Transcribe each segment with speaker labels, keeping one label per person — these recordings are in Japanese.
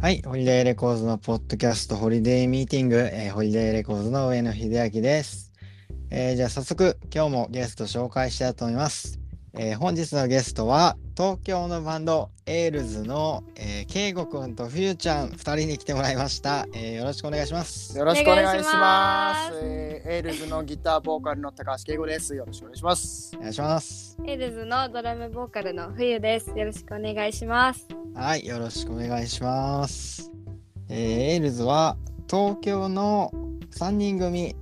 Speaker 1: はい、ホリデーレコーズのポッドキャスト、ホリデーミーティング、えーホリデーレコーズの上野秀明です。えーじゃあ早速、今日もゲスト紹介したいと思います。えー本日のゲストは、東京のバンド、エールズの、えー、圭吾くんとふゆちゃん、2人に来てもらいました。えーよろしくお願いします。
Speaker 2: よろしくお願いし
Speaker 3: お願
Speaker 2: ま
Speaker 3: いします
Speaker 2: す。えーエールズのギターボーカルの高橋圭吾です。よろしくお願いします
Speaker 1: お。願いします。
Speaker 3: エルズのドラムボーカルの冬です。よろしくお願いします。
Speaker 1: はい、よろしくお願いします。えーエールズは東京の3人組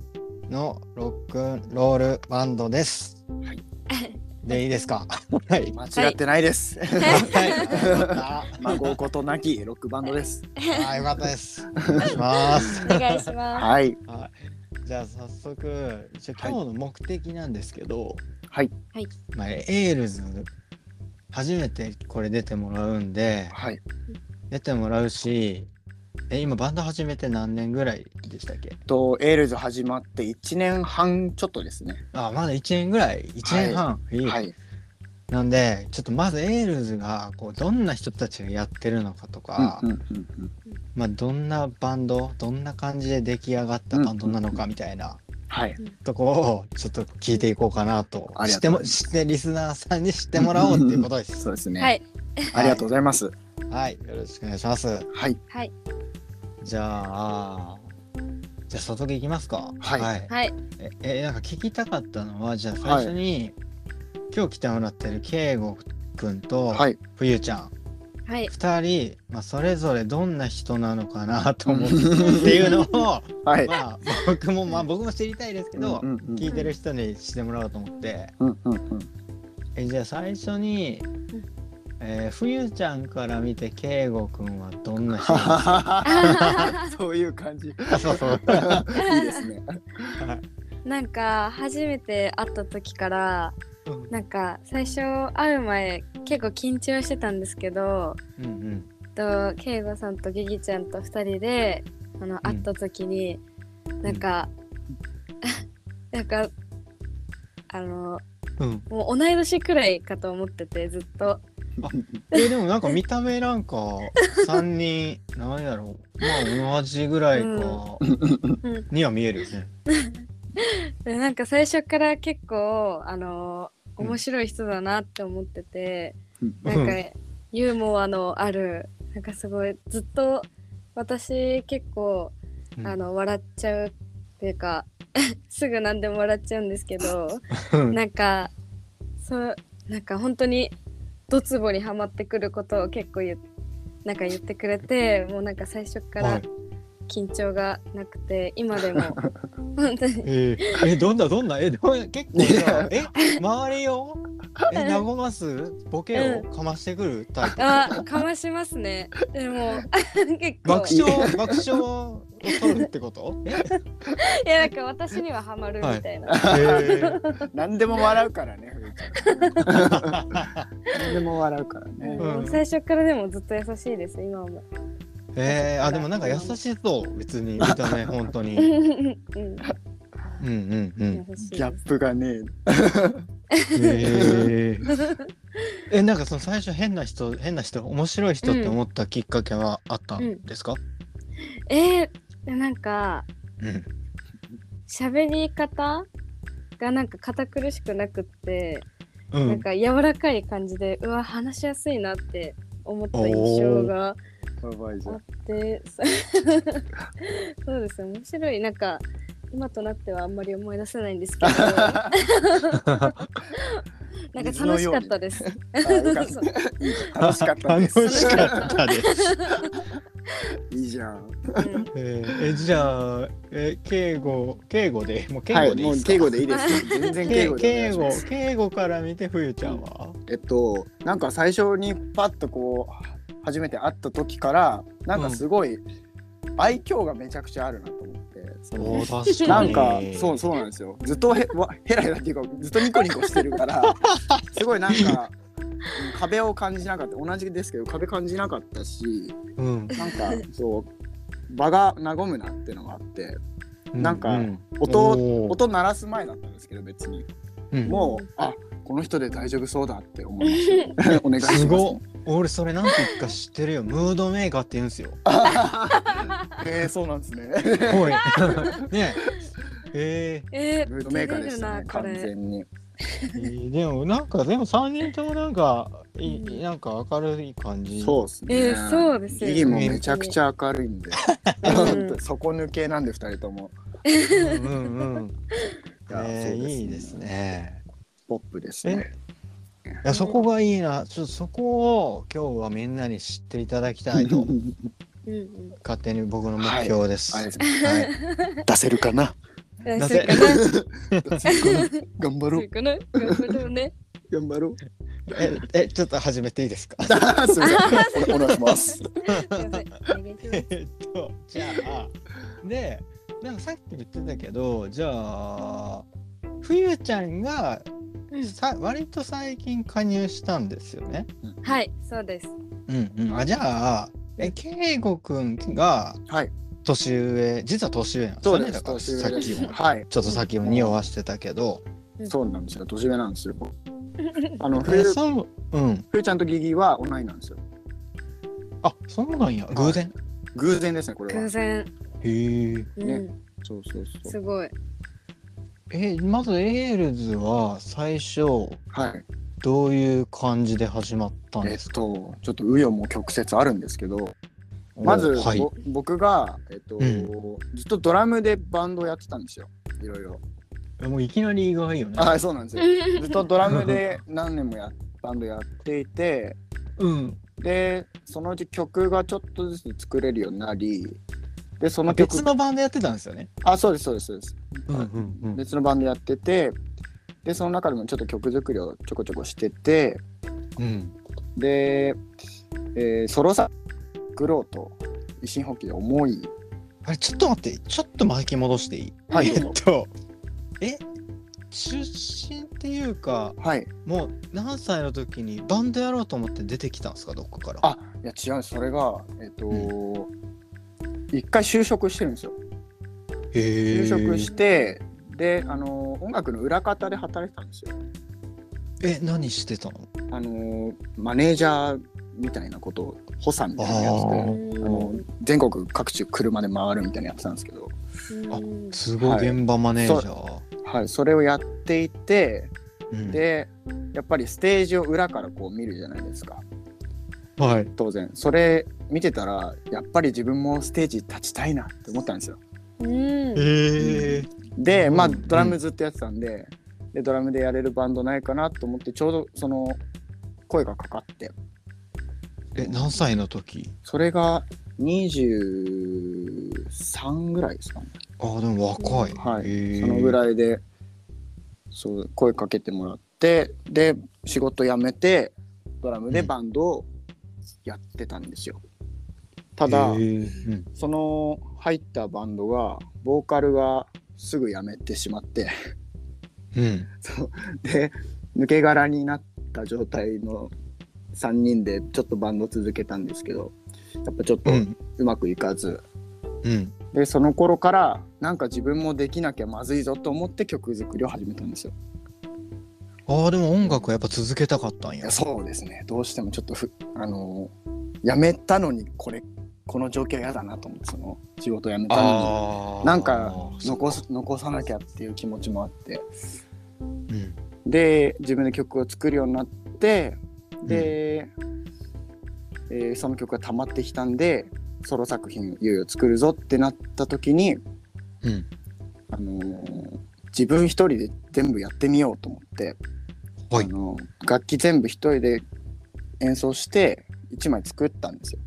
Speaker 1: のロックンロールバンドです。
Speaker 2: はい。
Speaker 1: でいいですか。はい。
Speaker 2: 間違ってないです。
Speaker 1: は
Speaker 2: 孫ことなきロックバンドです。
Speaker 1: い。あ、よかったです。お願いします。
Speaker 3: お願いしま
Speaker 2: はい。
Speaker 1: じゃあ早速、じゃあ
Speaker 2: はい
Speaker 1: 今日の目的なんですけど、
Speaker 2: はい。
Speaker 1: まあエールズ初めてこれ出てもらうんで、
Speaker 2: はい。
Speaker 1: 出てもらうし、え今バンド始めて何年ぐらいでしたっけ？
Speaker 2: と、エールズ始まって1年半ちょっとですね。
Speaker 1: あまだ1年ぐらい1年半、いい
Speaker 2: はい。
Speaker 1: なんでちょっとまずエールズがこうどんな人たちがやってるのかとか、
Speaker 2: うんうんうんうん
Speaker 1: まあ、どんなバンドどんな感じで出来上がったバンドなのかみたいな
Speaker 2: はい。
Speaker 1: とこをちょっと聞いていこうかなと
Speaker 2: あり
Speaker 1: 知っ
Speaker 2: がと
Speaker 1: て
Speaker 2: う
Speaker 1: も知ってリスナーさんに知ってもらおうっていうことです
Speaker 2: そうです
Speaker 3: す。
Speaker 2: ね。
Speaker 3: はい。
Speaker 2: ありがとうございます。
Speaker 1: はいよろしくお願いします
Speaker 2: はい。
Speaker 3: はい。
Speaker 1: じゃあじゃあ早速いきますか
Speaker 2: はい
Speaker 3: はい。
Speaker 1: ええなんか聞きたかったのはじゃあ最初に、今日来てもらってる圭吾くんと、
Speaker 2: はい。
Speaker 1: 冬ちゃん
Speaker 3: はい。
Speaker 1: 2人、まあ、それぞれどんな人なのか なと思うっていうのを、
Speaker 2: はい。
Speaker 1: まあ、僕も、まあ、僕も知りたいですけど、
Speaker 2: うんうん
Speaker 1: 聞いてる人にしてもらおうと思って
Speaker 2: うんうん うん
Speaker 1: えじゃあ最初に、えー、冬ちゃんから見て圭吾君はどんな人ですか
Speaker 2: そういう感 じ。い
Speaker 1: あそうそう
Speaker 2: いですね。
Speaker 3: なんか初めて会った時から
Speaker 1: うん
Speaker 3: なんか最初会う前結構緊張してたんですけど、
Speaker 1: うん
Speaker 3: と圭吾さんとギギちゃんと二人であの会った時に、なんか、 なんかあの
Speaker 1: うん
Speaker 3: もう同い年くらいかと思っててずっと
Speaker 1: えでもなんか見た目なんか3人なんやろうまあ同じぐらい かには見えるよ ね。
Speaker 3: でなんか最初から結構あの
Speaker 1: うん
Speaker 3: 面白い人だなって思ってて、
Speaker 1: うん
Speaker 3: なんかユーモアのあるなんかすごいずっと私結構あの笑っちゃうっていうか すぐ何でも笑っちゃうんですけど
Speaker 1: うん
Speaker 3: なんかそうなんか本当にドツボにはまってくることを結構言っなんか言ってくれてもうなんか最初か
Speaker 1: は
Speaker 3: ら
Speaker 1: い
Speaker 3: 緊張がなくて今 でも本当に
Speaker 1: えーえどんなどんなえどん結構さえ周りをえ和ますボケをかましてくるタイプ
Speaker 3: あかましますねでも 結構
Speaker 1: 爆 笑爆笑を取るってことえ
Speaker 3: いやなんか私にはハマるみたいな、
Speaker 2: 何でも笑うからね。何でも笑うから
Speaker 3: うん
Speaker 2: ね。
Speaker 3: もう最初からでもずっと優しいです今も、
Speaker 1: えーあでもなんか優しそう別に見た目本当 に
Speaker 3: うん、
Speaker 1: うんうんう
Speaker 3: 優
Speaker 1: ん
Speaker 3: しい
Speaker 2: ギャ
Speaker 3: です
Speaker 2: ップがね。
Speaker 1: えー、 えなんかその最初変な人変な人面白い人って思ったきっかけはあったんですか、
Speaker 3: えー、なんか
Speaker 1: うん
Speaker 3: 喋り方がなんか堅苦しくなくって、
Speaker 1: う
Speaker 3: なん
Speaker 1: ん、
Speaker 3: か柔らかい感じでうわ話しやすいなって思った印象があ
Speaker 2: やばいじゃん。
Speaker 3: ってそ そうです面白いなんか今となってはあんまり思い出せないん ですけど なんか楽しかったです。
Speaker 2: あよかっ
Speaker 3: そう
Speaker 2: たいいじゃん楽しかったです。
Speaker 1: 楽しかったです
Speaker 2: いいじゃん。
Speaker 3: うん
Speaker 1: えーえじゃあ、えー、敬語敬語でもう敬語
Speaker 2: はい、
Speaker 1: でい
Speaker 2: も
Speaker 1: いうです
Speaker 2: 敬
Speaker 1: か、
Speaker 2: 語でいいですよ。全然敬語
Speaker 1: け
Speaker 2: で
Speaker 1: 敬
Speaker 2: お願
Speaker 1: 語
Speaker 2: いします。
Speaker 1: 敬語から見て冬ちゃんは、
Speaker 2: えっと、なんか最初にパッとこう、初めて会った時から、なんかすごい愛嬌がめちゃくちゃあるなと思って。その
Speaker 1: おー確
Speaker 2: なんか、そう、そうなんですよ。ずっとへ、わ、へらへらっていうか、ずっとニコニコしてる から。すごいなんか、うん壁を感じなかった、同じですけど、壁感じなかったし、
Speaker 1: うん、
Speaker 2: なんか、そう。場が和むなってのがあって、なんか
Speaker 1: う
Speaker 2: 音を、
Speaker 1: おー
Speaker 2: 音鳴らす前だったんですけど、別に。
Speaker 1: うん
Speaker 2: もう、あ、この人で大丈夫そうだって思いました。お願いします。
Speaker 1: すごっ俺それなんて言うか知ってるよ。ムードメーカーって言うんですよ。
Speaker 2: えー、そうなんですね。
Speaker 1: おい。ねえ。え
Speaker 3: えー、
Speaker 2: ムードメーカーでしたね、
Speaker 3: 出てるなこ
Speaker 2: 完
Speaker 3: れ
Speaker 2: 全に。
Speaker 1: ーいいでもなんかでも3人ともなんかい
Speaker 3: うん
Speaker 1: いなんか明るい感じ。
Speaker 2: そうですね。
Speaker 3: えーそうですよね
Speaker 2: ギギもめちゃくちゃ明るいんで、
Speaker 3: うん
Speaker 2: 本当底抜けなんで、二人とも。
Speaker 1: うんうんうん。
Speaker 2: いや
Speaker 1: えー
Speaker 2: そうですね
Speaker 1: いいですね。
Speaker 2: ポップですね。
Speaker 1: いやそこがいいな。ちょっとそこを今日はみんなに知っていただきたい と
Speaker 3: うんうん
Speaker 1: 勝手に僕の目標です。
Speaker 2: あれですね はい出せるか な
Speaker 3: 大
Speaker 1: な
Speaker 3: 丈
Speaker 1: ぜ
Speaker 3: 夫かな
Speaker 2: 出せるかな頑張
Speaker 3: そ
Speaker 2: ろ
Speaker 3: う
Speaker 2: う。
Speaker 3: かな頑張ろうね。
Speaker 2: 頑張ろう。
Speaker 1: ええちょっと始めていいですか。
Speaker 2: あすいませんおお願いします。
Speaker 3: や ばいお願いします
Speaker 1: えっとじゃあでなんかさっきも言ってたけどじゃあ冬ちゃんがさ割と最近加入したんですよね。
Speaker 3: うんはい、そうです。
Speaker 1: うんうん、あじゃあえ圭吾くんが
Speaker 2: はい
Speaker 1: 年上、実は年上なんですよねだから
Speaker 2: 年上
Speaker 1: さっきも
Speaker 2: はい。
Speaker 1: ちょっとさっきも匂わしてたけど。
Speaker 2: そうなんですよ。年上なんですよ。 あの、ふ
Speaker 1: え
Speaker 2: ゆ、
Speaker 1: そううん、
Speaker 2: ふゆちゃんとギギは同いなんですよ。
Speaker 1: あそうなんや偶然。
Speaker 2: 偶然ですね、これ
Speaker 3: 偶
Speaker 2: は。
Speaker 3: 然、
Speaker 1: へえ。
Speaker 3: うん
Speaker 2: ねそうそうそう。
Speaker 3: すごい。
Speaker 1: えまずエールズは最初
Speaker 2: はい。
Speaker 1: どういう感じで始まったん
Speaker 2: え
Speaker 1: で
Speaker 2: っ
Speaker 1: すか
Speaker 2: と、ちょっと紆余も曲折あるんですけど、まず、
Speaker 1: おはい、
Speaker 2: ぼ僕が、えっと、
Speaker 1: うん
Speaker 2: ずっとドラムでバンドをやってたんですよ。いろいろ。
Speaker 1: えもういきなり意外よね。
Speaker 2: あ、そうなんですよ。ずっとドラムで何年もやバンドやっていて、
Speaker 1: うん。
Speaker 2: で、そのうち曲がちょっとずつ作れるようになり、で、そ
Speaker 1: まあ、
Speaker 2: の曲
Speaker 1: 別のバンドやってたんですよね。
Speaker 2: あ、そうです、そうです、そうです。
Speaker 1: うんん
Speaker 2: 別のバンドやっててでその中でもちょっと曲作りをちょこちょこしてて
Speaker 1: うん。うん。
Speaker 2: で、えーソロさ作ろうと意心補給思い
Speaker 1: あれちょっと待って、ちょっと巻き戻していい。
Speaker 2: はい
Speaker 1: えっと。え。出身っていうか、
Speaker 2: はいい
Speaker 1: もう何歳の時にバンドやろうと思って出てきたんですか、どっかから。
Speaker 2: あや違うんですそれがえっ、と一、回就職してるんですよ
Speaker 1: へ
Speaker 2: 就職してであのー音楽の裏方で働いてたんですよ
Speaker 1: え、何してたの。
Speaker 2: あのーマネージャーみたいなことを補佐みたいなやつ
Speaker 1: あ
Speaker 2: であの
Speaker 3: う
Speaker 2: ー全国各地車で回るみたいなやつなんですけど
Speaker 3: ん
Speaker 1: すご
Speaker 2: はいい
Speaker 1: 現場マネージャー。
Speaker 2: はいそれをやっていて
Speaker 1: うん、
Speaker 2: でやっぱりステージを裏からこう見るじゃないですか
Speaker 1: はい。
Speaker 2: 当然それ見てたらやっぱり自分もステージ立ちたいなって思ったんですよ
Speaker 3: うん
Speaker 1: ええ
Speaker 2: でまあ
Speaker 1: うん
Speaker 2: ドラムずっとやってたんででドラムでやれるバンドないかなと思ってちょうどその声がかかって
Speaker 1: え、何歳の時。
Speaker 2: それが23ぐらいですかね
Speaker 1: あ、でも若い。
Speaker 2: はい
Speaker 1: へえ
Speaker 2: そのぐらいでそう声かけてもらってで仕事辞めてドラムでバンドをやってたんですよ、ただ、
Speaker 1: へえうん
Speaker 2: その入ったバンドがボーカルがすぐ辞めてしまって
Speaker 1: うん。
Speaker 2: そうで抜け殻になった状態の3人でちょっとバンド続けたんですけどやっぱちょっと
Speaker 1: うん。
Speaker 2: うまくいかず、
Speaker 1: うん。
Speaker 2: でその頃からなんか自分もできなきゃまずいぞと思って曲作りを始めたんですよ。
Speaker 1: ああ、でも音楽はやっぱ続けたかったん
Speaker 2: い
Speaker 1: や
Speaker 2: や。そうですねどうしてもちょっとふあのー辞めたのにこれこの状況嫌だなと思ってその仕事辞めたの
Speaker 1: あ
Speaker 2: に
Speaker 1: ー
Speaker 2: なんか残。
Speaker 1: そ
Speaker 2: す残さなきゃっていう気持ちもあって
Speaker 1: ううん
Speaker 2: で自分で曲を作るようになってで、えーその曲が溜まってきたんでソロ作品いよいよ作るぞってなった時に、
Speaker 1: うん
Speaker 2: あのー自分一人で全部やってみようと思って、
Speaker 1: はい
Speaker 2: あの楽器全部一人で演奏して1枚作ったんですよ。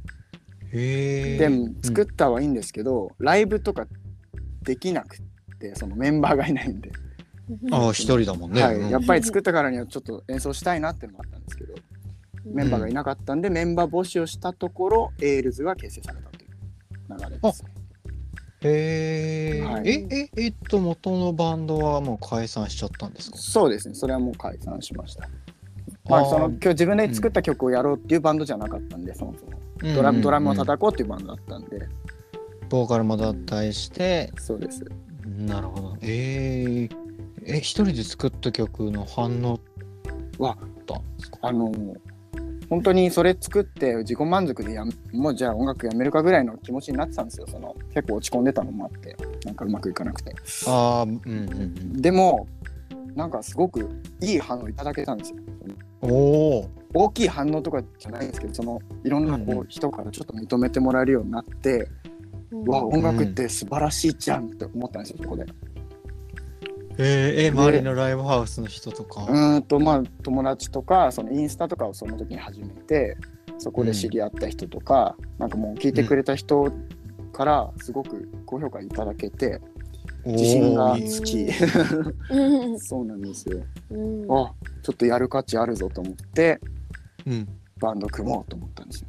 Speaker 1: へえ。
Speaker 2: でも作ったはいいんですけど、ライブとかできなくってそのメンバーがいないんで、
Speaker 1: ああ、一人だもんね。
Speaker 2: はい
Speaker 1: うん
Speaker 2: やっぱり作ったからにはちょっと演奏したいなっていうのもあったんですけど、メンバーがいなかったんでメンバー募集をしたところエールズが結成されたという流れです。
Speaker 1: へえ、
Speaker 2: はい
Speaker 1: え、え、えっと、元のバンドはもう解散しちゃったんですか。
Speaker 2: そうですねそれはもう解散しました。まあ、
Speaker 1: ー
Speaker 2: その今日自分で作った曲をやろうっていうバンドじゃなかったんでそもそもドラ,、ドラムを。
Speaker 1: うんうん
Speaker 2: 叩こうっていうバンドだったんで
Speaker 1: うんボーカルも脱退して。
Speaker 2: そうです
Speaker 1: なるほど。ええ。え、一人で作った曲の反応。
Speaker 2: わ
Speaker 1: だったんですか。
Speaker 2: あの本当にそれ作って自己満足でやんもうじゃあ音楽やめるかぐらいの気持ちになってたんですよその結構落ち込んでたのもあってなんかうまくいかなくて
Speaker 1: ああ、うんうん
Speaker 2: でもなんかすごくいい反応いただけたんですよ
Speaker 1: うん。おお。
Speaker 2: 大きい反応とかじゃないんですけどそのいろんな
Speaker 1: うん
Speaker 2: こ
Speaker 1: う
Speaker 2: う人からちょっと認めてもらえるようになって、
Speaker 3: うん
Speaker 2: うわ音楽って素晴らしいじゃんって思ったんですよそこで
Speaker 1: えー、えー、周りのライブハウスの人とか。
Speaker 2: うーんとまあ友達とかそのインスタとかをその時に始めてそこで知り合った人とか、なんかもう聞いてくれた人からすごく高評価いただけて
Speaker 1: おー
Speaker 2: 自信が
Speaker 1: いい
Speaker 2: つき
Speaker 3: う ん
Speaker 2: そうなんですよ
Speaker 3: うん
Speaker 2: あちょっとやる価値あるぞと思って
Speaker 1: うん。
Speaker 2: バンド組もうと思ったんですよ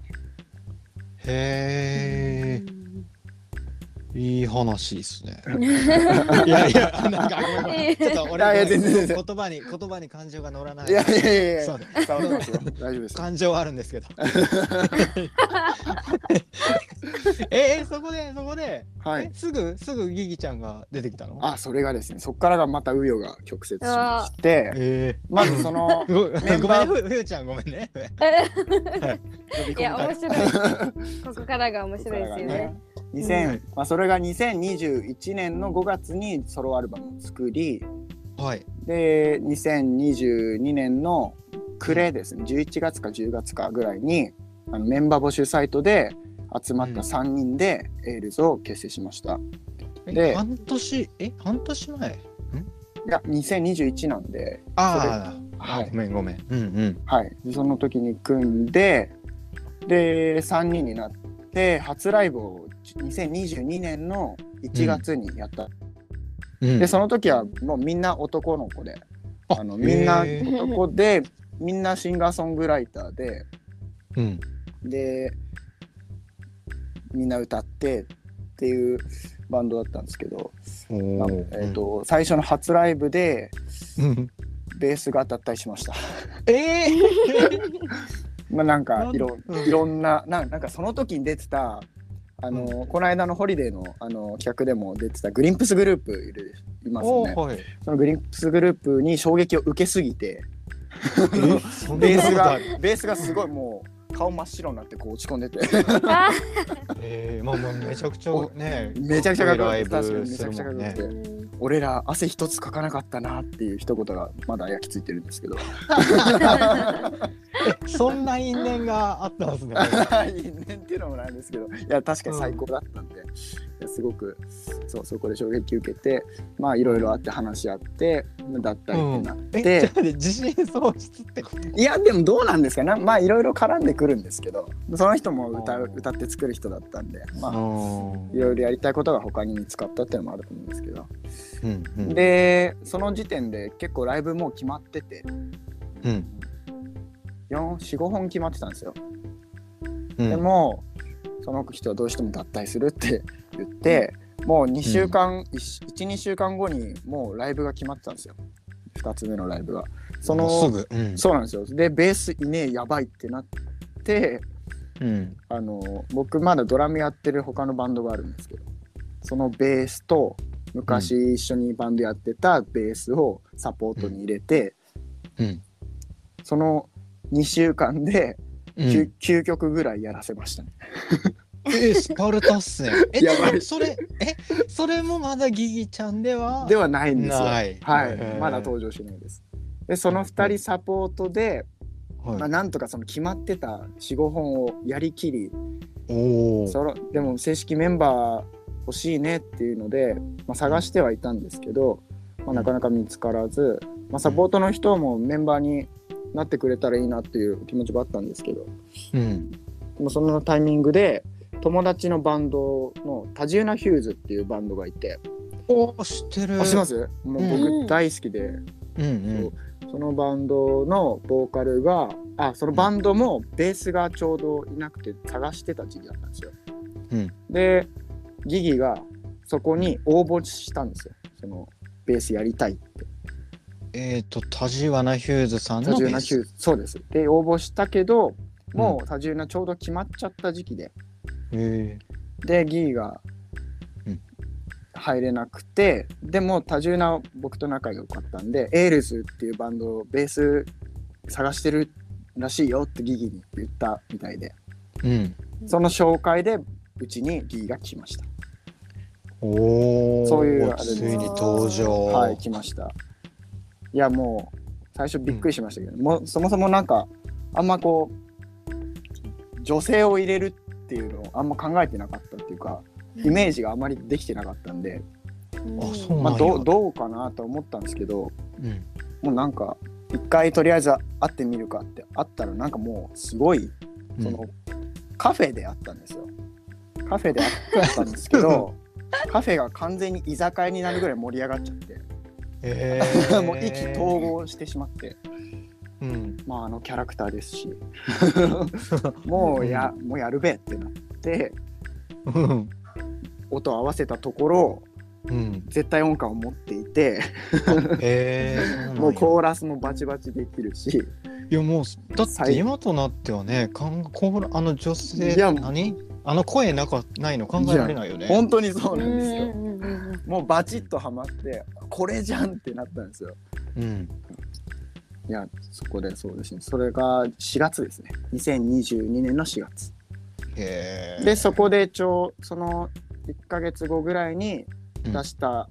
Speaker 1: へえ、いい話ですね。
Speaker 3: うん
Speaker 1: いやいや、なんかごめんごめんちょっと
Speaker 2: いやいや
Speaker 1: 俺
Speaker 2: 全然全然
Speaker 1: 言葉に言葉に感情が乗らない。
Speaker 2: いやいやいやい
Speaker 1: そ
Speaker 2: や
Speaker 1: うね
Speaker 2: 伝わってますよ大丈夫です
Speaker 1: 感 情はあるんですけ ど。ええそこでそこで、
Speaker 2: は
Speaker 1: え
Speaker 2: い
Speaker 1: すぐすぐギギちゃんが出てきたの？
Speaker 2: あそれがですねそっからがまた紆余が曲折しまして
Speaker 1: え
Speaker 2: まずその
Speaker 1: えごめん
Speaker 2: メン
Speaker 1: ごめん
Speaker 2: バー
Speaker 1: ねふふゆちゃんごめんね。
Speaker 3: いや面白いここからが面白いですよね。
Speaker 2: 2000
Speaker 1: うん
Speaker 2: まあ、それが2021年の5月にソロアルバムを作り
Speaker 1: はい。
Speaker 2: で2022年の暮れですね11月か10月かぐらいにあのメンバー募集サイトで集まった3人でエールズを結成しました、
Speaker 1: え
Speaker 2: で
Speaker 1: 半年え半年前？
Speaker 2: いや2021なんで、
Speaker 1: ああ、
Speaker 2: はい
Speaker 1: ごめんごめん。うんうん。
Speaker 2: はい、でその時に組んでで3人になって初ライブを2022年の1月にやった
Speaker 1: うん、
Speaker 2: でその時はもうみんな男の子で
Speaker 1: あ
Speaker 2: あのみんな
Speaker 1: へー
Speaker 2: 男でみんなシンガーソングライターで
Speaker 1: うん、
Speaker 2: でみんな歌ってっていうバンドだったんですけど、
Speaker 1: お
Speaker 2: まあ
Speaker 1: ー
Speaker 2: えー、と最初の初ライブで
Speaker 1: うん、
Speaker 2: ベースが脱退しました。
Speaker 1: ええ
Speaker 2: まあなんか
Speaker 1: なん
Speaker 2: いろ
Speaker 1: うん
Speaker 2: いろんなななんかその時に出てたあの、この間のホリデーのあの企画でも出てたグリンプスグループいるいますよ
Speaker 1: お
Speaker 2: ね
Speaker 1: ー。 はい。
Speaker 2: そのグリンプスグループに衝撃を受けすぎ て
Speaker 1: えそんな
Speaker 2: ベース
Speaker 1: ことあ
Speaker 2: が
Speaker 1: る
Speaker 2: ベースがすごいもう顔真っ白になってこう落ち込んでて
Speaker 3: あ
Speaker 1: ええまあまあめちゃくちゃ ね。
Speaker 2: めちゃくちゃかっこよかった
Speaker 1: こいいライブ
Speaker 2: めちゃくちゃかっこよく
Speaker 1: する
Speaker 2: て、俺ら汗一つかかなかったなっていう一言がまだ焼き付いてるんです けど
Speaker 1: えそんな因縁があったんですね。
Speaker 2: 因縁っていうのもなんですけどいや確かに最高だったんで、いやすごくそうそこで衝撃受けてまあいろいろあって話し合ってだったりってなっ
Speaker 1: え、
Speaker 2: て
Speaker 1: ちょっ、と待って自信喪失ってこと。
Speaker 2: いやでもどうなんですかねまあいろいろ絡んでくるんですけどその人も歌
Speaker 1: あ
Speaker 2: う
Speaker 1: ー
Speaker 2: 歌って作る人だったんでまあ
Speaker 1: う
Speaker 2: いろいろやりたいことが他に見つかったっていうのもあると思うんですけど、
Speaker 1: んうん、
Speaker 2: でその時点で結構ライブもう決まってて
Speaker 1: うん
Speaker 2: 45本決まってたんですよ、
Speaker 1: うん
Speaker 2: でもその人はどうしても脱退するって 言ってもう2週間、12週間後にもうライブが決まってたんですよ2つ目のライブがその
Speaker 1: もうすぐ、うん
Speaker 2: そうなんですよでベースいねえやばいってなって
Speaker 1: うん、
Speaker 2: あの僕まだドラムやってる他のバンドがあるんですけどそのベースと昔一緒にバンドやってたベースをサポートに入れて、
Speaker 1: うん
Speaker 2: その2週間で
Speaker 1: う
Speaker 2: 9,、
Speaker 1: ん、
Speaker 2: 9曲ぐらいやらせましたね。
Speaker 1: えスパルタっすね え
Speaker 2: やばい
Speaker 1: でもそれえそれもまだギギちゃんでは
Speaker 2: ではないんですよ。
Speaker 1: ない
Speaker 2: はい、
Speaker 1: へー
Speaker 2: まだ登場しないです。でその2人サポートで、まあ、
Speaker 1: はい、
Speaker 2: なんとかその決まってた45本をやりきり
Speaker 1: おお
Speaker 2: そのでも正式メンバー欲しいねっていうので、まあ、探してはいたんですけど、まあ、なかなか見つからず、まあ、サポートの人もメンバーになってくれたらいいなっていう気持ちもあったんですけど
Speaker 1: うん
Speaker 2: でもそのタイミングで友達のバンドのタジウナ・ヒューズっていうバンドがいて、
Speaker 1: おー知ってる
Speaker 2: あ知ってますもう
Speaker 3: うん
Speaker 2: 僕大好きで、
Speaker 1: うんうん
Speaker 2: そのバンドのボーカルがあそのバンドもベースがちょうどいなくて探してた時期だったんですよ。
Speaker 1: うん
Speaker 2: でギギがそこに応募したんですよそのベースやりたいって。
Speaker 1: えっ、ー、とタジワナ・ヒューズさん
Speaker 2: 多
Speaker 1: の
Speaker 2: 重
Speaker 1: ベ
Speaker 2: な
Speaker 1: ー
Speaker 2: ヒュ
Speaker 1: ス
Speaker 2: ーズそうですで応募したけどもう多重なちょうど決まっちゃった時期で
Speaker 1: え
Speaker 2: でギギが
Speaker 1: うん
Speaker 2: 入れなくてでも多重な僕と仲良かったんでエールズっていうバンドをベース探してるらしいよってギギに言ったみたいで
Speaker 1: うん。
Speaker 2: その紹介でうちにギギが来ました
Speaker 1: おお。
Speaker 2: そういうあれです
Speaker 1: ついに登場。
Speaker 2: はい来ましたいやもう最初びっくりしましたけど、もうそもそもなんかあんまこう女性を入れるっていうのをあんま考えてなかったっていうかイメージがあまりできてなかったんで、
Speaker 3: うん
Speaker 1: あそう
Speaker 2: まあ、
Speaker 1: な
Speaker 2: ど
Speaker 1: ん
Speaker 2: う
Speaker 1: や
Speaker 2: どうかなと思ったんですけど
Speaker 1: うん。
Speaker 2: もうなんか一回とりあえず会ってみるかって会ったらなんかもうすごい
Speaker 1: うん
Speaker 2: その、カフェであったんですよ。カフェであったんですけどカフェが完全に居酒屋になるぐらい盛り上がっちゃって、
Speaker 1: え
Speaker 2: もう意気投。合してしまって
Speaker 1: うん。
Speaker 2: まああのキャラクターですしもうやもうやるべってなって
Speaker 1: うん。
Speaker 2: 音を合わせたところ
Speaker 1: うん。
Speaker 2: 絶対音感を持っていて
Speaker 1: ええ。
Speaker 2: もうコーラスもバチバチできるし
Speaker 1: いやもうだって
Speaker 2: 最
Speaker 1: 今となってはね、かんこうあの女性
Speaker 2: いや
Speaker 1: 何あの声なかないの考えられないよね。
Speaker 2: 本当にそう
Speaker 3: う
Speaker 2: なんですよ。
Speaker 3: んうんうんうん
Speaker 2: もうバチッとハマってこれじゃんってなったんですよ。
Speaker 1: うん。
Speaker 2: いやそこでそうですねそれが4月ですね2022年の4月
Speaker 1: へえ。
Speaker 2: でそこでちょうその1ヶ月後ぐらいに出した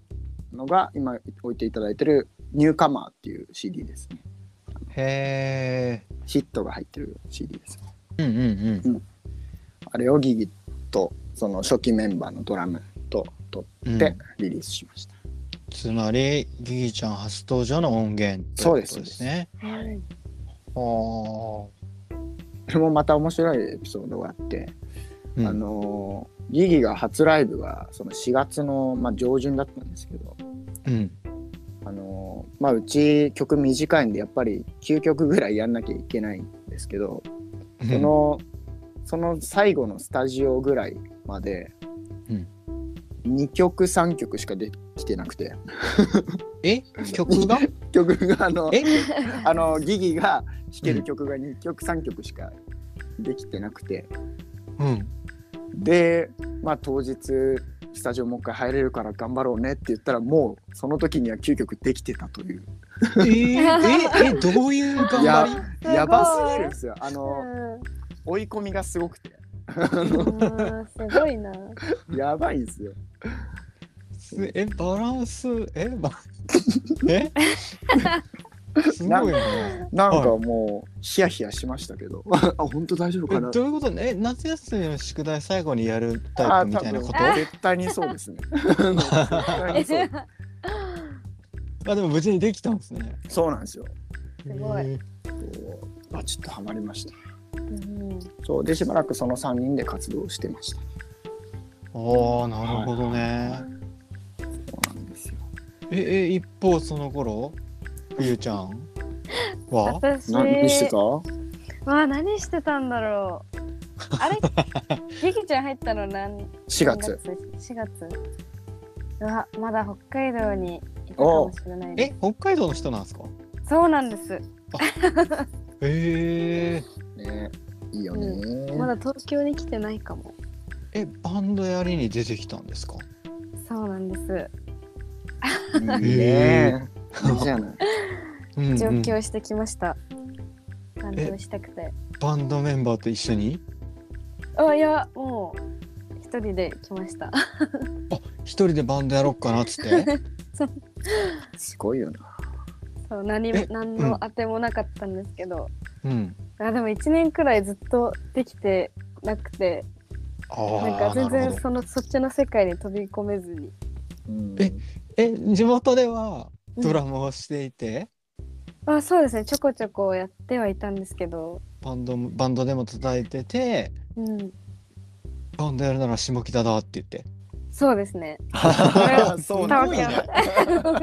Speaker 2: のが、今置いていただいてる「ニューカマー」っていう CD ですね
Speaker 1: へ
Speaker 2: ヒットが入ってる CD です
Speaker 1: え。うんうん
Speaker 2: あれをギギとその初期メンバーのドラムと撮
Speaker 1: うん。
Speaker 2: ってリリースしました、
Speaker 1: つまりギギちゃん初登場の音源ってことですね。
Speaker 3: うん
Speaker 1: そ
Speaker 2: これもまた面白いエピソードがあって
Speaker 1: うですね。あ
Speaker 2: あ
Speaker 1: あ。
Speaker 2: のーギギが初ライブがその4月の、まあ、上旬だったんですけど、
Speaker 1: うん。
Speaker 2: あのーまあ、うち曲短いんでやっぱり9曲ぐらいやんなきゃいけないんですけど、
Speaker 1: うん。
Speaker 2: そのその最後のスタジオぐらいまで、
Speaker 1: うん
Speaker 2: 2曲3曲しかできてなくて
Speaker 1: え曲 が
Speaker 2: 曲があの
Speaker 1: え
Speaker 2: あのギギが弾ける曲が2曲3曲しかできてなくて、
Speaker 1: うん。
Speaker 2: で、まあ、当日スタジオもう一回入れるから頑張ろうねって言ったらもうその時には9曲できてたという
Speaker 1: えー、ええどういう頑張り？
Speaker 3: すごい
Speaker 2: やばすぎるんですよあの
Speaker 3: うん
Speaker 2: 追い込みがすごくて
Speaker 3: うんすごいな。
Speaker 2: やばいんですよ
Speaker 1: すえバランスえばえすごいね。
Speaker 2: なんかもうヒヤヒヤしましたけど あ本当大丈夫
Speaker 1: え
Speaker 2: かな
Speaker 1: どういうことねえ夏休みの宿題最後にやるタ
Speaker 2: あ
Speaker 1: イプみたいなこと
Speaker 2: 多分絶対にそう ですね絶対に そう
Speaker 1: あでも無事にできたんですね。
Speaker 2: そうなんですよ
Speaker 3: すごい
Speaker 1: へ
Speaker 2: こうバチッとハマりました
Speaker 3: うん
Speaker 2: そうでしばらくその3人で活動してまし
Speaker 1: ー。
Speaker 2: た
Speaker 1: ああなるほどね。
Speaker 2: そうなんですよ
Speaker 1: ええ一方その頃冬ちゃん は
Speaker 3: 私
Speaker 2: 何してた
Speaker 3: わあ何してたんだろうあれギギちゃん入ったの何
Speaker 2: ?4 月
Speaker 3: 4月うわまだ北海道にいたかもしれないです
Speaker 1: え北海道の人なんですか？
Speaker 3: そうなんです
Speaker 1: え
Speaker 2: ねいいよね、
Speaker 3: まだ東京に来てないかも
Speaker 1: ええバンドやりに出てきたんですか？
Speaker 3: そうなんです
Speaker 2: いいねいいじゃない
Speaker 1: うんうん
Speaker 3: 上京してきました担当したくて
Speaker 1: バンドメンバーと一緒に
Speaker 3: あいやもう一人で来ました
Speaker 1: 一人でバンドやろっかなっつって。
Speaker 2: すごいよな
Speaker 3: そう何
Speaker 1: え
Speaker 3: も何の当てもなかったんですけど、
Speaker 1: うん。
Speaker 3: あでも1年くらいずっとできてなくて
Speaker 1: あ
Speaker 3: なんか
Speaker 1: あ
Speaker 3: 全
Speaker 1: なる
Speaker 3: 然
Speaker 1: ほど。
Speaker 3: そのそっちの世界に飛び込めずに
Speaker 2: うん
Speaker 1: ええ地元ではドラムをしていて、
Speaker 3: あそうですねちょこちょこやってはいたんですけど、
Speaker 1: バンドもバンドでも叩いてて
Speaker 3: うん、
Speaker 1: バンドやるなら下北だって言って。
Speaker 3: そうです ね
Speaker 2: そうな
Speaker 3: な
Speaker 2: んん
Speaker 3: だ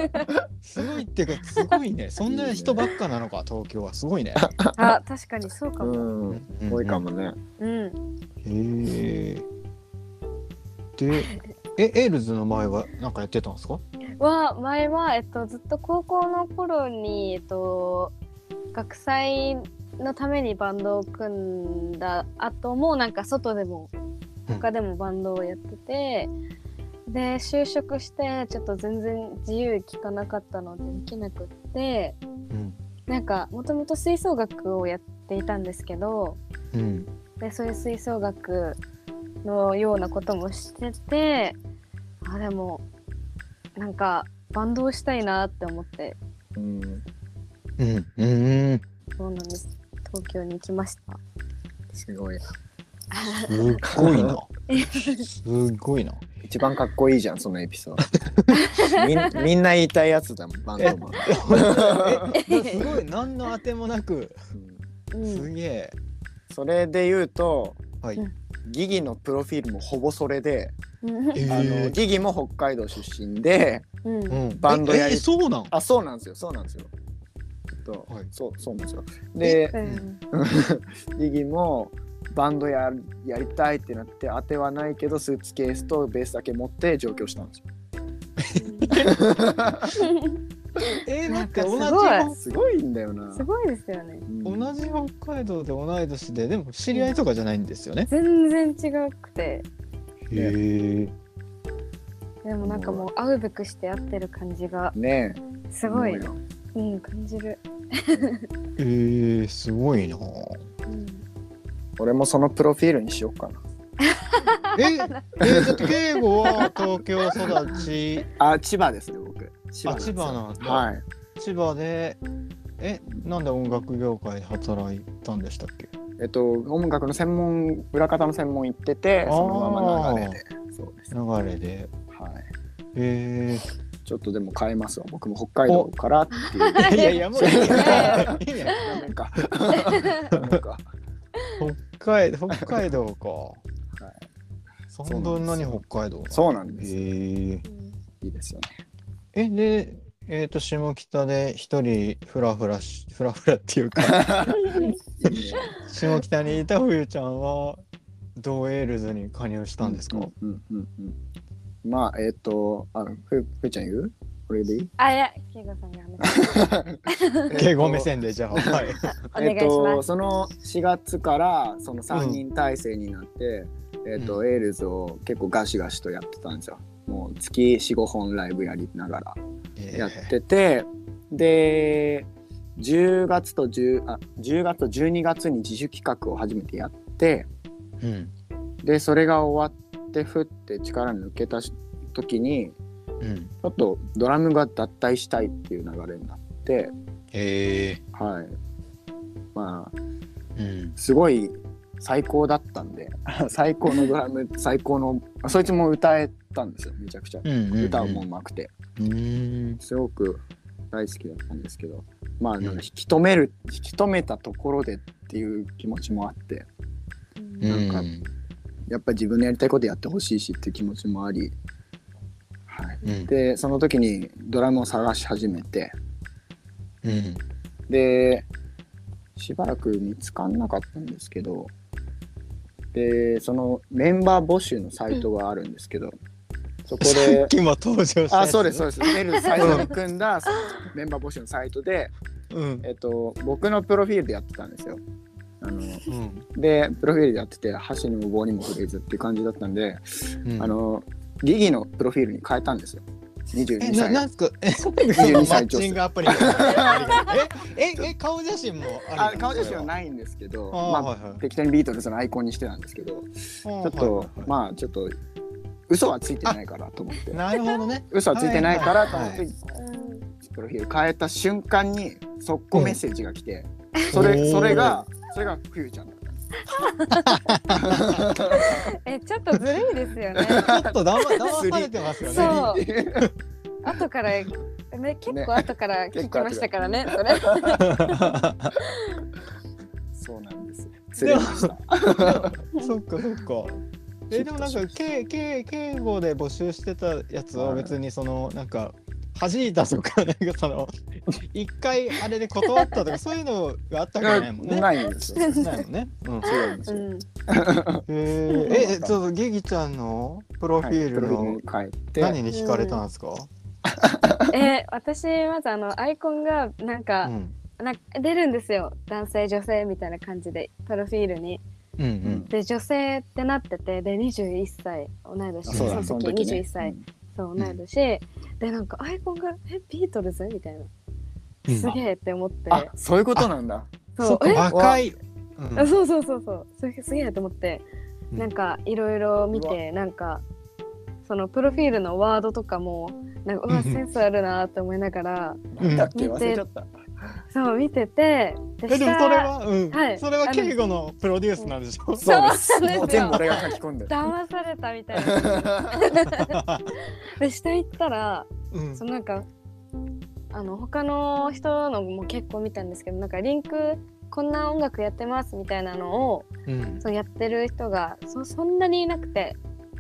Speaker 2: だ
Speaker 1: すごいっていうかすごい ね。そんな人ばっかなのか東京はすごいね。
Speaker 3: あ確かにそうか
Speaker 2: う
Speaker 3: も、
Speaker 2: ん多いかもね
Speaker 3: うん、
Speaker 1: へえ。で、え、エールズの前はなんかやってたんですか？
Speaker 3: は前は、えっと、ずっと高校の頃に、えっと、学祭のためにバンドを組んだ後もなんか外でも
Speaker 1: うん
Speaker 3: 他でもバンドをやってて、で就職してちょっと全然自由聞かなかったのでできなくって
Speaker 1: うん。
Speaker 3: なんかもともと吹奏楽をやっっていたんですけど
Speaker 1: うん
Speaker 3: でそういう吹奏楽のようなこともしててあでもなんかバンドをしたいなって思って
Speaker 2: うん
Speaker 1: うんうん
Speaker 3: そうなんです東京に来ました。
Speaker 2: すごいな
Speaker 1: すっごい なすっごいな
Speaker 2: 一番かっこいいじゃんそのエピソー ドみんみんな言いたいやつだもんバンドマン、
Speaker 1: えすごい何の当てもなく
Speaker 2: うん
Speaker 3: うん
Speaker 1: すげえ
Speaker 2: それで言うと
Speaker 1: はい
Speaker 3: うん
Speaker 2: ギギのプロフィールもほぼそれで、
Speaker 3: うん
Speaker 1: え
Speaker 2: あのギギも北海道出身で
Speaker 3: うん
Speaker 1: うん
Speaker 2: バンドやり
Speaker 1: ええそうなん
Speaker 2: あそうなんですよそうなんですよちょっと、
Speaker 1: はい
Speaker 2: そうそうなんですよで
Speaker 3: うん
Speaker 2: ギギもバンドややりたいってなって当てはないけどスーツケースとベースだけ持って上京したんですよ
Speaker 1: えだって
Speaker 3: なん
Speaker 1: 同
Speaker 3: かすごい
Speaker 1: じ
Speaker 2: すごいんだよな
Speaker 3: すごいですよね。
Speaker 2: うん
Speaker 1: 同じ北海道で同い年ででも知り合いとかじゃないんですよね
Speaker 3: 全然違くて
Speaker 2: ん
Speaker 1: へ
Speaker 3: でもなんかもう会うべくして会ってる感じが
Speaker 2: ね
Speaker 3: すごい
Speaker 2: 思うよ
Speaker 3: うん感じる。
Speaker 1: えへえすご いな
Speaker 3: うん
Speaker 2: 俺もそのプロフィールにしようかな
Speaker 1: ええだって敬語は東京育ち
Speaker 2: あ千葉ですね僕千
Speaker 1: あ千葉なんだ
Speaker 2: はい
Speaker 1: 千葉でえなんで音楽業界で働いたんでしたっけ
Speaker 2: えっと音楽の専門裏方の専門行ってて
Speaker 1: あー
Speaker 2: そのまま流れでそうです
Speaker 1: 流れで
Speaker 2: はい
Speaker 1: え
Speaker 2: ちょっとでも変えますわ僕も北海道からっていう
Speaker 1: えいやいやもういいやいいや
Speaker 2: なんかなんか
Speaker 1: 北海北海道か。
Speaker 2: は
Speaker 1: そんどんなに北海道な
Speaker 2: そうなんですよ
Speaker 1: え
Speaker 2: いいですよね
Speaker 1: えで、えっと下北で一人フラフラしフラフラっていう か
Speaker 2: いいね
Speaker 1: 下北にいた冬ちゃんはドーエールズに加入したんですか、
Speaker 2: うんうんうんまあえっ、とあふふーちゃん言うこれ でいい
Speaker 3: あいや慶吾さんが話 して
Speaker 1: 敬 語目線でじゃあ、はい、
Speaker 3: お
Speaker 2: えっ
Speaker 3: 願いしま
Speaker 2: と
Speaker 3: す。
Speaker 2: その4月からその3人体制になって、えっと
Speaker 1: う
Speaker 2: エールズを結構ガシガシとやってたんですよもう月45本ライブやりながらやってて、で10月と 10, あ10月と12月に自主企画を初めてやって
Speaker 1: うん
Speaker 2: でそれが終わってふって力抜けたし時に
Speaker 1: うん
Speaker 2: ちょっとドラムが脱退したいっていう流れになって
Speaker 1: へえ
Speaker 2: はいまあ
Speaker 1: うん
Speaker 2: すごい最高だったんで 最高のドラム最高のあそいつも歌えたんですよめちゃくちゃ
Speaker 1: うんうんうん
Speaker 2: 歌もうまくて
Speaker 1: うん
Speaker 2: すごく大好きだったんですけどまあなんか引き止める、引き止めたところでっていう気持ちもあって
Speaker 3: うん
Speaker 1: なん
Speaker 2: かやっぱり自分のやりたいことやってほしいしっていう気持ちもあり、はい、
Speaker 1: うん
Speaker 2: でその時にドラムを探し始めて
Speaker 1: うん
Speaker 2: でしばらく見つかんなかったんですけどでそのメンバー募集のサイトがあるんですけど、そこ
Speaker 1: さ
Speaker 2: で
Speaker 1: っ。きも登場したやつ
Speaker 2: あそうですそうです。メル最初に組んだそのメンバー募集のサイトで、
Speaker 1: うん
Speaker 2: えっと、僕のプロフィールでやってたんですよ。あ
Speaker 1: う
Speaker 2: の
Speaker 1: ん
Speaker 2: でプロフィールでやってて箸にも棒にも触れずっていう感じだったんで、
Speaker 1: うん
Speaker 2: あのギギのプロフィールに変えたんですよ
Speaker 1: え、
Speaker 2: 22
Speaker 1: な、
Speaker 2: 歳
Speaker 1: なんすか、え、そのマ
Speaker 2: 22
Speaker 1: ッ
Speaker 2: 歳
Speaker 1: チングアプリ。え、 え、え、顔写真もあ
Speaker 2: あ
Speaker 1: る。。
Speaker 2: 顔写真はいないんですけど
Speaker 1: あー、
Speaker 2: まあ
Speaker 1: はいはい。
Speaker 2: 適当にビートルズのアイコンにしてたんですけどち
Speaker 1: ち
Speaker 2: ょ
Speaker 1: ょ
Speaker 2: っとまあちょっと嘘はついてないからと思って
Speaker 1: なるほどね。
Speaker 2: 嘘はついてないからと
Speaker 1: はい
Speaker 2: 思っ
Speaker 1: はい
Speaker 2: てプロフィール変えた瞬間に速攻メッセージが来て、そ
Speaker 1: おー
Speaker 2: れそれがそれが冬ちゃんだったんです
Speaker 3: えちょっとずるいですよ
Speaker 1: ちょっと
Speaker 3: ね。
Speaker 1: 騙騙されてますよ
Speaker 3: そ
Speaker 1: ね。
Speaker 3: う後からね結構後から聞
Speaker 2: 結
Speaker 3: き
Speaker 2: 構後から
Speaker 3: ましたからね。それ
Speaker 2: そうなんです釣れました
Speaker 1: そっか、そっか。え、でも、なんか、け、け、敬語で募集してたやつは、別に、その、なんか。弾いたとか、なんか、その。一回、あれで断ったとか、そういうのがあったわけないもんね。
Speaker 2: ないんですよ
Speaker 1: ないもんね。うん。
Speaker 2: そうなんです
Speaker 3: う
Speaker 2: よ、
Speaker 1: え
Speaker 3: ん
Speaker 1: ー、え、ちょっとゲギちゃんのプロフィールの
Speaker 2: に変えて
Speaker 1: 何に惹かれたんですか？
Speaker 3: え私まずあのアイコンがなん
Speaker 1: う
Speaker 3: か、
Speaker 1: ん
Speaker 3: なんか出るんですよ男性女性みたいな感じでプロフィールに。
Speaker 1: うんうん
Speaker 3: で女性ってなっててで21歳同い年
Speaker 2: あそうだ
Speaker 1: そ
Speaker 2: そ
Speaker 3: の
Speaker 2: の
Speaker 3: 時
Speaker 2: 時、ね、
Speaker 3: 21歳、
Speaker 2: うん
Speaker 3: そう同い年、でなんかアイコンが「えビートルズ?」みたいな
Speaker 1: うん
Speaker 3: すげえって思って、
Speaker 2: あそういうことなんだ
Speaker 3: そう
Speaker 2: え
Speaker 1: 若い。うん
Speaker 3: あそうそうそうそうそれすげえと思って
Speaker 1: うん
Speaker 3: なんかいろいろ見てなんかそのプロフィールのワードとかもなんかう
Speaker 1: う
Speaker 3: わ
Speaker 1: んうん
Speaker 3: センスあるなって思いながら
Speaker 2: なんだっけ忘れちゃった。
Speaker 3: そう見ててで
Speaker 1: えでも
Speaker 3: 下
Speaker 1: それは、うん
Speaker 3: はい
Speaker 1: それは敬語のプロデュースなんでしょ。
Speaker 3: そうなんです
Speaker 2: そ
Speaker 3: よ
Speaker 2: うです。もう全部俺が書き込んでる。
Speaker 3: 騙されたみたいなで下行ったら
Speaker 1: うん
Speaker 3: そのなんかあの他の人のも結構見たんですけどなんかリンクこんな音楽やってますみたいなのを
Speaker 1: うん
Speaker 3: そうやってる人がそそんなにいなくて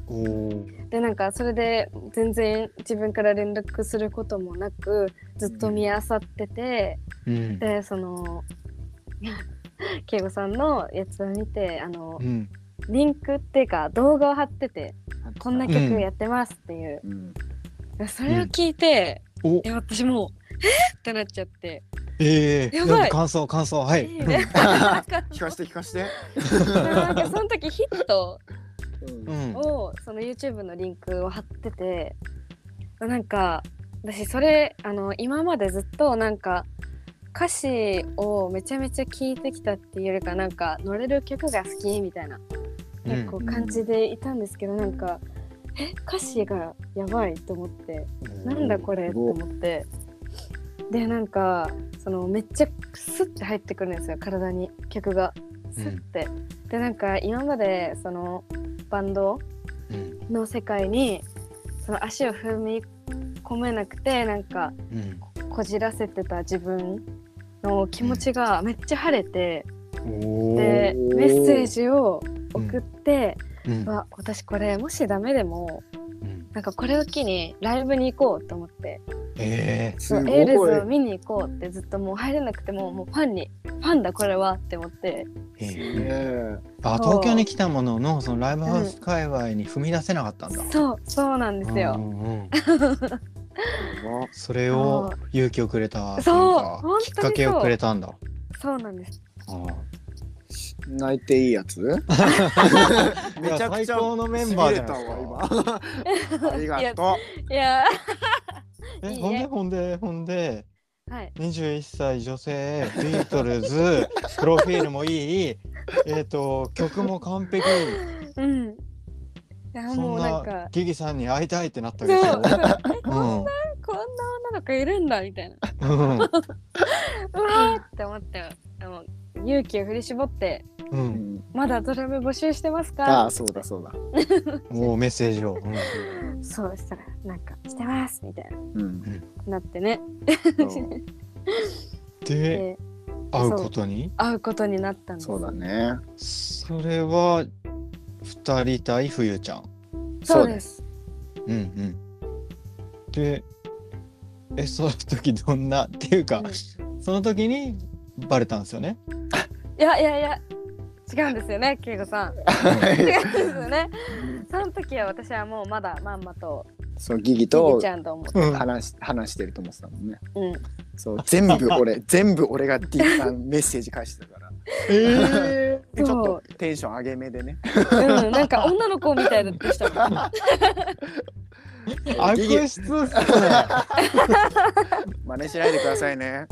Speaker 1: おー
Speaker 3: でなんかそれで全然自分から連絡することもなくずっと見あさってて、
Speaker 1: うん
Speaker 3: でその慶吾さんのやつを見てあの、
Speaker 1: うん
Speaker 3: リンクっていうか動画を貼ってて こんな曲やってますっていう、
Speaker 2: うん
Speaker 3: それを聞いて、
Speaker 1: お
Speaker 3: え私もうえっってなっちゃって、
Speaker 1: ええ
Speaker 3: やば
Speaker 1: でも
Speaker 3: い
Speaker 1: 感想感想はい。
Speaker 3: え
Speaker 1: う
Speaker 3: ー
Speaker 1: ん
Speaker 3: なんか
Speaker 2: 聞かして聞かして。
Speaker 3: なんかその時ヒット
Speaker 2: うん
Speaker 1: うん
Speaker 3: をその YouTube のリンクを貼っててなんか私それあの今までずっとなんか歌詞をめちゃめちゃ聴いてきたっていうよりかなんか乗れる曲が好きみたいな
Speaker 1: うん
Speaker 3: 結構感じでいたんですけど、なんかえ歌詞がやばいと思ってなんだこれ
Speaker 2: す
Speaker 3: と
Speaker 2: ごい
Speaker 3: 思ってでなんかそのめっちゃスッて入ってくるんですよ体に曲がスッて、でなんか今までそのバンド
Speaker 1: うん
Speaker 3: の世界にその足を踏み込めなくてなんか
Speaker 1: うん
Speaker 3: こじらせてた自分の気持ちがめっちゃ晴れて、
Speaker 1: おー
Speaker 3: で
Speaker 2: おー
Speaker 3: メッセージを送って、
Speaker 1: うん
Speaker 3: うわ私これもしダメでも
Speaker 1: うん
Speaker 3: なんかこれを機にライブに行こうと思って
Speaker 1: え
Speaker 2: す
Speaker 3: そう
Speaker 2: ご
Speaker 3: エール
Speaker 2: い
Speaker 3: ズを見に行こうってずっともう入れなくてももうファンにファンだこれはって思って
Speaker 1: ええ
Speaker 2: ね
Speaker 1: え
Speaker 2: え
Speaker 1: あ
Speaker 3: そう
Speaker 1: 東京に来たもののそのライブハウス界隈に踏み出せなかったんだ。
Speaker 3: そうそうなんです
Speaker 1: う
Speaker 3: よ
Speaker 1: んうん
Speaker 2: やば
Speaker 1: それを勇気をくれた
Speaker 3: そう
Speaker 1: なんか
Speaker 3: 本当に
Speaker 1: きっかけをくれたんだ。
Speaker 3: そうなんです
Speaker 1: あー
Speaker 2: 泣いていいや つ
Speaker 1: い
Speaker 2: めちゃく
Speaker 1: や最
Speaker 2: ちゃ
Speaker 1: 高のメンバーじゃない
Speaker 2: ですかありがと
Speaker 3: いや
Speaker 1: え
Speaker 3: いいね
Speaker 1: ほんでほんでほんで
Speaker 3: はい
Speaker 1: 21歳女性ビートルズ プロフィールもいいえっと曲も完璧
Speaker 3: うんいや
Speaker 1: そ
Speaker 3: も
Speaker 1: ん
Speaker 3: うなん
Speaker 1: な
Speaker 3: か
Speaker 1: ギギさんに会いたいってな った
Speaker 3: そ
Speaker 1: わ
Speaker 3: う
Speaker 1: けでし
Speaker 3: そ
Speaker 1: ょ。
Speaker 3: うえこんなこんな女の子いるんだみたいな
Speaker 1: うんうん
Speaker 3: うわーって思ってあの勇気を振り絞って
Speaker 1: う
Speaker 2: う、うんん、
Speaker 3: まだドラム募集してます
Speaker 2: あ
Speaker 3: か
Speaker 2: あそうだそうだ、
Speaker 1: もうメッセージを。うん
Speaker 3: そうしたらなんかしてますみたいな
Speaker 2: うん、
Speaker 3: なってね
Speaker 2: そう
Speaker 1: で
Speaker 3: で
Speaker 1: 会うことに
Speaker 3: 会うことになったんです
Speaker 2: そうだね
Speaker 1: それは二人対冬ちゃん。
Speaker 3: そうです
Speaker 1: うんうん。で、え、その時どんな っていうか、その時にバレたんですよね。
Speaker 3: いやいやいや違うんですよね恵子 さん
Speaker 2: そう
Speaker 3: 違
Speaker 2: で
Speaker 3: うんです
Speaker 2: す
Speaker 3: よね
Speaker 2: ね
Speaker 3: その時は私はもうまだまんまと
Speaker 2: そうギギ
Speaker 3: ギギ
Speaker 2: と
Speaker 3: ちゃんと思って
Speaker 1: うん
Speaker 2: 話し話してると思ってたもんね
Speaker 3: うん
Speaker 2: そう全部俺全部俺が D さんメッセージ返してたから
Speaker 1: え
Speaker 2: ちょっ
Speaker 3: そう
Speaker 2: とテンション上げ目でね
Speaker 3: うん、なんか女の子みたいで したもん
Speaker 1: ー、悪質っすね。
Speaker 2: 真似しないでくださいね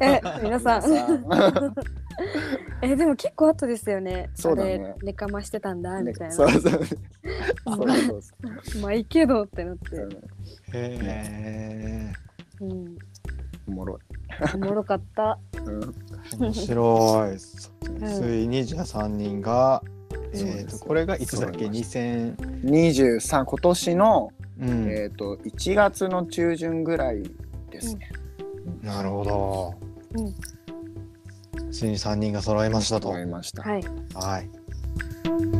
Speaker 3: え皆さ
Speaker 2: 皆
Speaker 3: ん
Speaker 2: さ ん
Speaker 3: えでも結構後ですよね
Speaker 2: そうだね
Speaker 3: あれ寝かましてたんだみたいな、
Speaker 2: そうそうそうそう
Speaker 3: うん
Speaker 2: そうそ
Speaker 3: まあいいけどってなって、
Speaker 2: う
Speaker 1: へ
Speaker 3: うん、
Speaker 2: おもろい、
Speaker 3: おもろかった
Speaker 2: うん
Speaker 1: ー、面白い。そ
Speaker 3: ん
Speaker 1: ついにじゃあ三人が、
Speaker 2: そう
Speaker 1: えっ、
Speaker 2: で
Speaker 1: と
Speaker 2: す
Speaker 1: これがいつだっけ
Speaker 2: そうで
Speaker 1: 二千、
Speaker 2: 23今年の、
Speaker 1: うん、
Speaker 2: えっ、と1月の中旬ぐらいですね。
Speaker 1: なるほど。
Speaker 3: うん
Speaker 1: ついに三人が揃いましたと。
Speaker 2: 思いました。
Speaker 3: はい
Speaker 1: はい。